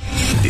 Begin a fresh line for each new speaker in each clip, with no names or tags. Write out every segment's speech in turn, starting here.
The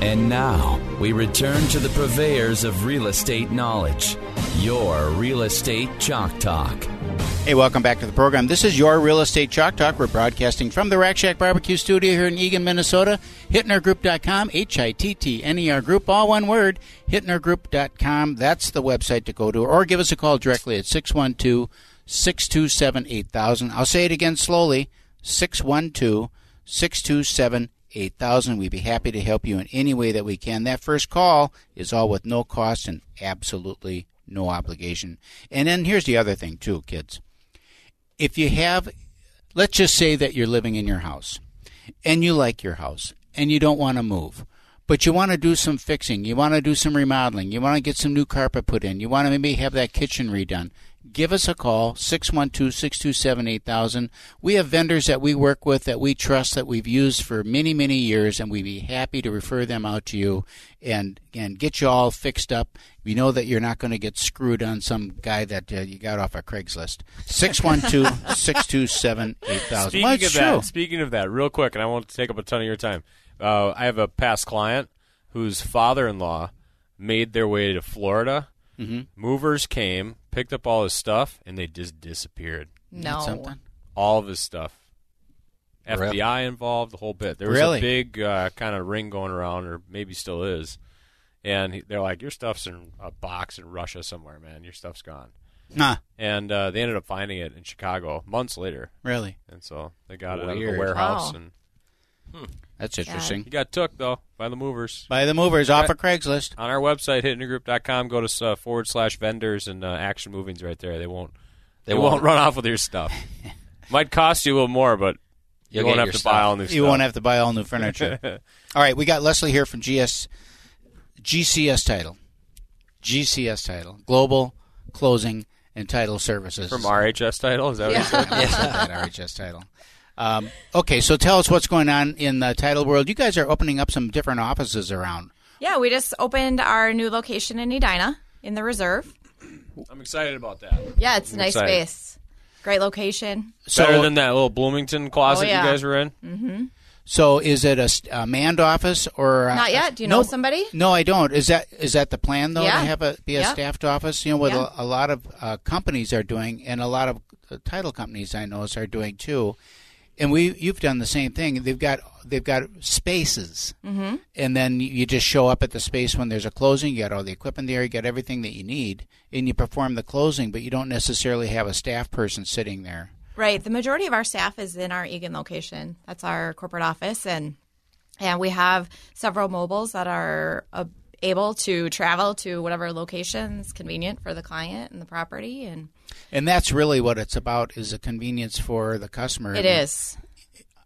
And now we return to the purveyors of real estate knowledge, your real estate chalk talk.
Hey, welcome back to the program. This is your Real Estate Chalk Talk. We're broadcasting from the Rack Shack Barbecue Studio here in Eagan, Minnesota. HittnerGroup.com, H I T T N E R Group, all one word. HittnerGroup.com, that's the website to go to, or give us a call directly at 612 627 8000. I'll say it again slowly 612 627 8000. We'd be happy to help you in any way that we can. That first call is all with no cost and absolutely no obligation. And then here's the other thing, too, kids. If you have, let's just say that you're living in your house and you like your house and you don't want to move, but you want to do some fixing, you want to do some remodeling, you want to get some new carpet put in, you want to maybe have that kitchen redone. Give us a call, 612 627 8000. We have vendors that we work with that we trust that we've used for many, many years, and we'd be happy to refer them out to you and, and get you all fixed up. We know that you're not going to get screwed on some guy that uh, you got off a Craigslist. 612 627 8000.
Speaking of that, speaking of that, real quick, and I won't take up a ton of your time. Uh, I have a past client whose father-in-law made their way to Florida. Movers came, picked up all his stuff, and they just disappeared.
No.
Something.
All of his stuff.
Rip.
FBI involved, the whole bit. There was
Really?
a big uh, kind of ring going around, or maybe still is. And he, they're like, "Your stuff's in a box in Russia somewhere, man. Your stuff's gone."
Nah,
And uh, they ended up finding it in Chicago months later,
really.
and so they got it out of the
Weird.
warehouse.
Wow.
And
That's interesting.
he got took though by the movers.
By the movers off of Craigslist.
on our website hitnergroup.com go to uh, forward slash vendors and uh, action movings right there they won't they, won't. run off with your stuff might cost you a little more but you
You'll
won't
get
have
your
to
stuff.
buy all new stuff
You won't have to buy all new furniture. all right, we got Leslie here from GS GCS title. GCS title. Global Closing and Title Services.
from RHS title is that what you said
I said that RHS title. Um, okay, so tell us what's going on in the title world. You guys are opening up some different offices around.
Yeah, we just opened our new location in Edina in the reserve.
I'm excited about that
Yeah, it's a nice
excited.
space. Great location.
So,
better than that little Bloomington closet
Oh, yeah.
you guys were in
so is it a, s- a manned office or a-
Not yet. Do you
No,
know somebody?
No, I don't. Is that is that the plan though
Yeah.
to have a be a
Yeah.
staffed office? You know what
Yeah.
a, a lot of uh, companies are doing, and a lot of uh, title companies I know are doing too. And we you've done the same thing. They've got they've got spaces, mm-hmm. and then you just show up at the space when there's a closing. You got all the equipment there. You got everything that you need, and you perform the closing. But you don't necessarily have a staff person sitting there.
Right. The majority of our staff is in our Egan location. That's our corporate office, and and we have several mobiles that are uh, able to travel to whatever locations convenient for the client and the property. And
And that's really what it's about is a convenience for the customer.
it
And-
is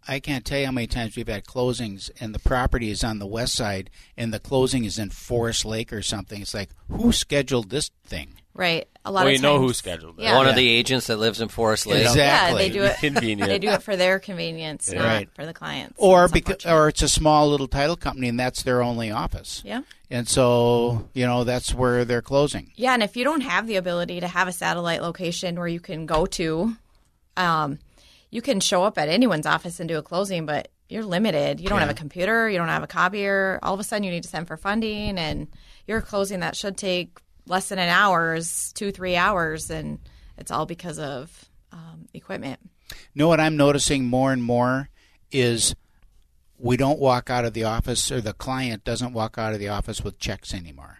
I can't tell you how many times we've had closings and the property is on the west side and the closing is in Forest Lake or something. It's like, who scheduled this thing?
right. A lot
well
of
you know
times-
who scheduled that
Yeah.
One of the agents that lives in Forest Lake.
Exactly.
Yeah, they do it.
Convenient.
They do it for their convenience, not
Right.
for the clients.
Or
It's
because,
unfortunate.
or it's a small little title company and that's their only office.
yeah.
And so, you know, that's where they're closing.
Yeah, and if you don't have the ability to have a satellite location where you can go to, um, you can show up at anyone's office and do a closing, but you're limited. You don't have a computer, you don't have a copier. All of a sudden, you need to send for funding, and your closing that should take less than an hour is two, three hours, and it's all because of um, equipment.
You know what I'm noticing more and more is we don't walk out of the office or the client doesn't walk out of the office with checks anymore.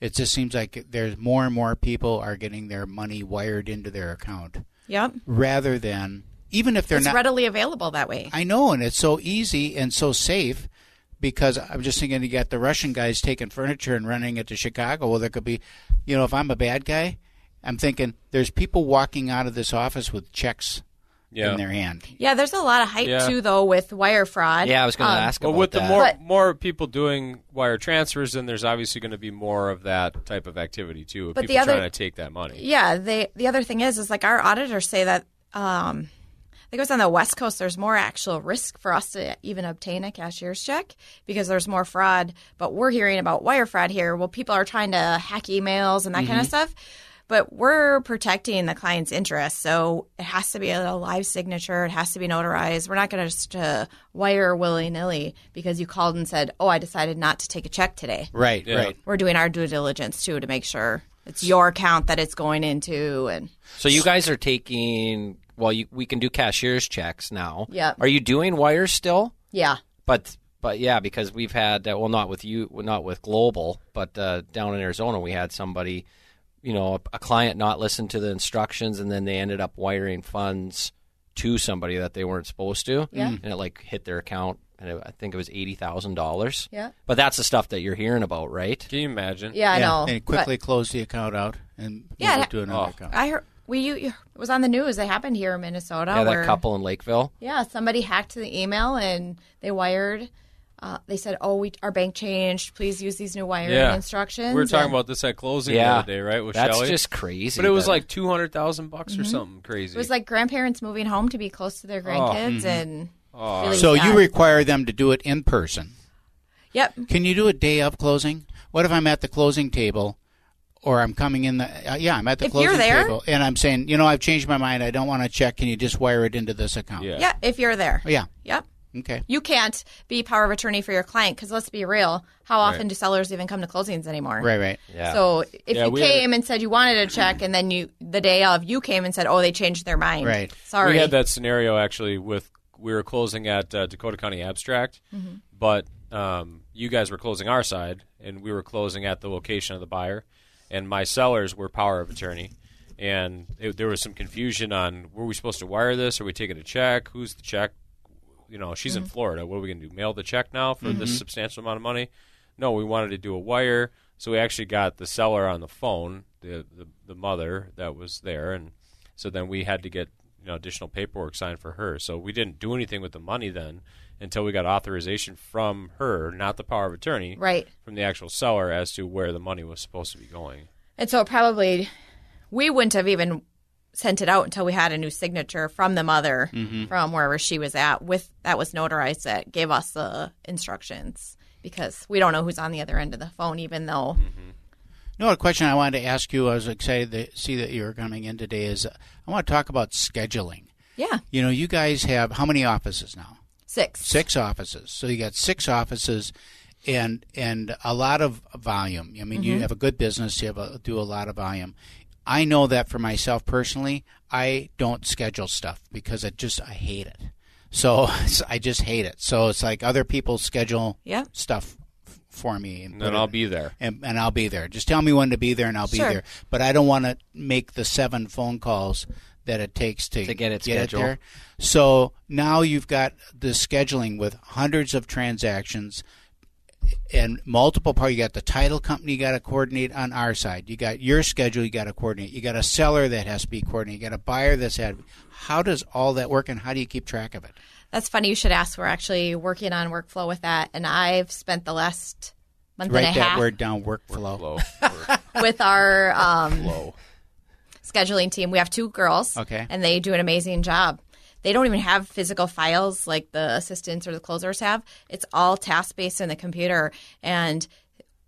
It just seems like there's more and more people are getting their money wired into their account.
Yep,
rather than even if they're
it's
not.
readily available that way.
I know, and it's so easy and so safe because I'm just thinking you got the Russian guys taking furniture and running it to Chicago. Well, there could be, you know, if I'm a bad guy, I'm thinking there's people walking out of this office with checks
Yeah.
in their hand.
Yeah, there's a lot of hype
Yeah.
too, though, with wire fraud.
Yeah, I was going to
Um,
ask
But
about
with the
that.
more
But-
more people doing wire transfers, then there's obviously going to be more of that type of activity too. Of
But the
people
other-
trying to take that money.
Yeah, they the other thing is is like our auditors say that um I think it was on the West Coast there's more actual risk for us to even obtain a cashier's check because there's more fraud, but we're hearing about wire fraud here. Well, people are trying to hack emails and that kind of stuff. But we're protecting the client's interest, so it has to be a live signature. It has to be notarized. We're not going to just uh, wire willy nilly because you called and said, "Oh, I decided not to take a check today."
Right, right.
we're doing our due diligence too to make sure it's your account that it's going into and
So you guys are taking well, you, we can do cashier's checks now.
Yeah.
Are you doing wires still?
yeah
But but yeah, because we've had uh, well, not with you, well, not with Global, but uh, down in Arizona, we had somebody, you know, a, a client not listen to the instructions, and then they ended up wiring funds to somebody that they weren't supposed to,
Yeah. Mm.
and it like hit their account, and it, I think it was eighty thousand dollars.
Yeah.
But that's the stuff that you're hearing about, right?
Can you imagine?
yeah, i know
And quickly close the account out and move
Yeah,
it to another
oh.
But
account.
i heard we you, you it was on the news it happened here in minnesota
yeah,
where-
that couple in Lakeville.
yeah somebody hacked the email and they wired uh, they said oh we our bank changed please use these new wiring
Yeah.
instructions
We were talking
And
about this at closing the
Yeah.
other day, right? With
That's
Shelley?
just crazy. Mm-hmm.
But it was
that-
like two hundred thousand bucks or something crazy.
it was like grandparents moving home to be close to their grandkids and really
So
sad.
you require them to do it in person.
yep
Can you do a day of closing? What if I'm at the closing table, or I'm coming in the uh, yeah I'm at the
If
closing
you're there-
table and I'm saying you know I've changed my mind I don't want to check can you just wire it into this account? Oh,
Yeah.
yeah if you're there
Yeah.
yep
Okay.
you can't be power of attorney for your client because let's be real how often do sellers even come to closings anymore
Right. Right.
Yeah.
So if
Yeah,
you
we had a-
came and said you wanted a check, and then you the day of you came and said, "Oh, they changed their mind."
Right.
Sorry.
We had that scenario actually with we were closing at uh, Dakota County Abstract,
Mm-hmm.
but um, you guys were closing our side, and we were closing at the location of the buyer, and my sellers were power of attorney, and it, there was some confusion on were we supposed to wire this? Are we taking a check? Who's the check? You know, she's
Mm-hmm.
in Florida. What are we going to do? Mail the check now for this substantial amount of money? No, we wanted to do a wire, so we actually got the seller on the phone, the the, the mother that was there, and so then we had to get you know additional paperwork signed for her. So we didn't do anything with the money then until we got authorization from her, not the power of attorney,
Right.
from the actual seller as to where the money was supposed to be going.
And so probably we wouldn't have even sent it out until we had a new signature from the mother
Mm-hmm.
from wherever she was at with that was notarized that gave us the instructions because we don't know who's on the other end of the phone even though
Mm-hmm.
You know, a question I wanted to ask you. I was excited to see that you were coming in today. Is uh, I want to talk about scheduling.
yeah
You know, you guys have how many offices now?
six
six offices. So you got six offices, and and a lot of volume. I mean, you have a good business. You have a, do a lot of volume. I know that for myself personally. I don't schedule stuff because I just I hate it. So I just hate it. So it's like other people schedule
Yeah.
stuff f- for me,
And
put
then
it-
I'll be there.
and, and I'll be there. Just tell me when to be there, and I'll be
Sure.
there. But I don't want to make the seven phone calls that it takes to,
To get it scheduled.
there. So now you've got the scheduling with hundreds of transactions and multiple part. You got the title company you got to coordinate on our side. You got your schedule you got to coordinate. You got a seller that has to be coordinated. You got a buyer that's had. How does all that work, and how do you keep track of it?
That's funny. You should ask. We're actually working on workflow with that, and I've spent the last month
Write
and a
that
half
word down. Workflow.
Low.
with our um, scheduling team. We have two girls,
Okay.
and they do an amazing job. They don't even have physical files like the assistants or the closers have. It's all task based in the computer, and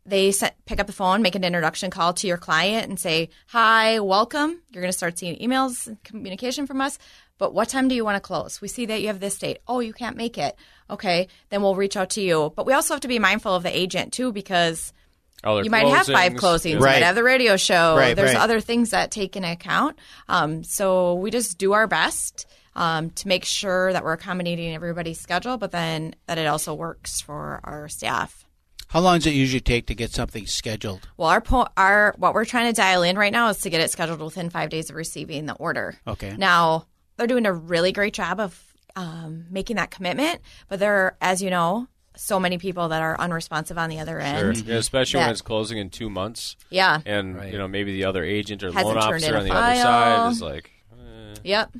they set, pick up the phone, make an introduction call to your client, and say, "Hi, welcome. You're going to start seeing emails, and communication from us. But what time do you want to close? We see that you have this date. Oh, you can't make it. Okay, then we'll reach out to you. But we also have to be mindful of the agent too, because
Other
you might have five closings. You
Right.
might have the radio show.
Right,
There's
right.
other things that take into account. Um, so we just do our best um, to make sure that we're accommodating everybody's schedule, but then that it also works for our staff.
How long does it usually take to get something scheduled?
Well, our po- our what we're trying to dial in right now is to get it scheduled within five days of receiving the order.
Okay.
Now they're doing a really great job of um, making that commitment, but there, are, as you know, so many people that are unresponsive on the other
Sure.
end.
Yeah, especially when
That-
it's closing in two months,
Yeah.
and you know maybe the other agent or
Hasn't
loan
turned
officer
in a
on the
file.
other side is like,
Yep.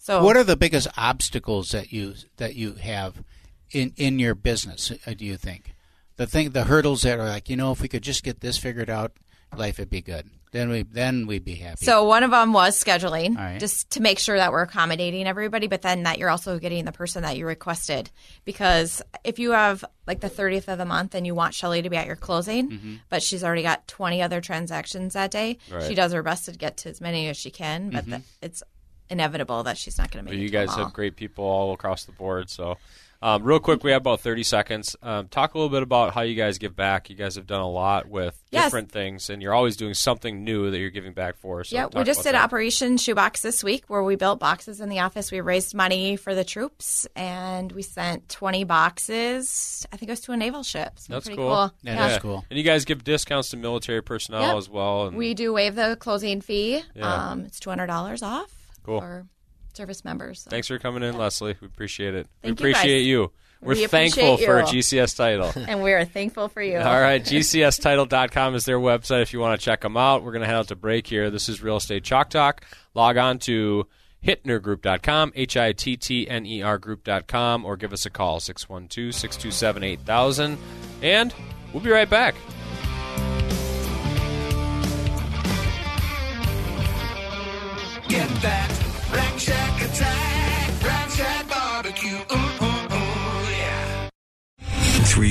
So
What are the biggest obstacles that you that you have in in your business? uh, Do you think the thing the hurdles that are like you know if we could just get this figured out, life would be good. Then we then we'd be happy.
So one of them was scheduling,
right.
just to make sure that we're accommodating everybody, but then that you're also getting the person that you requested. Because if you have like the 30th of the month and you want Shelly to be at your closing,
Mm-hmm.
but she's already got 20 other transactions that day, she does her best to get to as many as she can, but the, it's inevitable that she's not going to
Mm-hmm. But
make it.
you
to them
guys
all.
have great people all across the board. So, um, real quick, we have about 30 seconds. Um, talk a little bit about how you guys give back. You guys have done a lot with
Yes.
different things, and you're always doing something new that you're giving back for. So
yeah,
talk
we just
about
did
that.
Operation Shoebox this week where we built boxes in the office. We raised money for the troops and we sent 20 boxes. I think it was to a naval ship. So
That's
pretty
cool.
yeah,
Yeah.
that's cool.
And you guys give discounts to military personnel
Yep.
as well. And
We do waive the closing fee.
Yeah.
Um, it's two hundred dollars off
Cool.
for service members. So.
Thanks for coming in, Leslie. We appreciate it.
Thank
we
you guys.
appreciate you. We're
We
thankful
appreciate
for a
you.
GCS title.
And we are thankful for you.
All right, gcstitle.com is their website if you want to check them out. We're going to head out to break here. This is Real Estate Chalk Talk. Log on to hitnergroup.com, H I T T N E R group.com, or give us a call, 612 627 8000. And we'll be right back.
Get that Rack Shack attack, Rack Shack barbecue. Ooh, ooh, ooh, yeah.
Three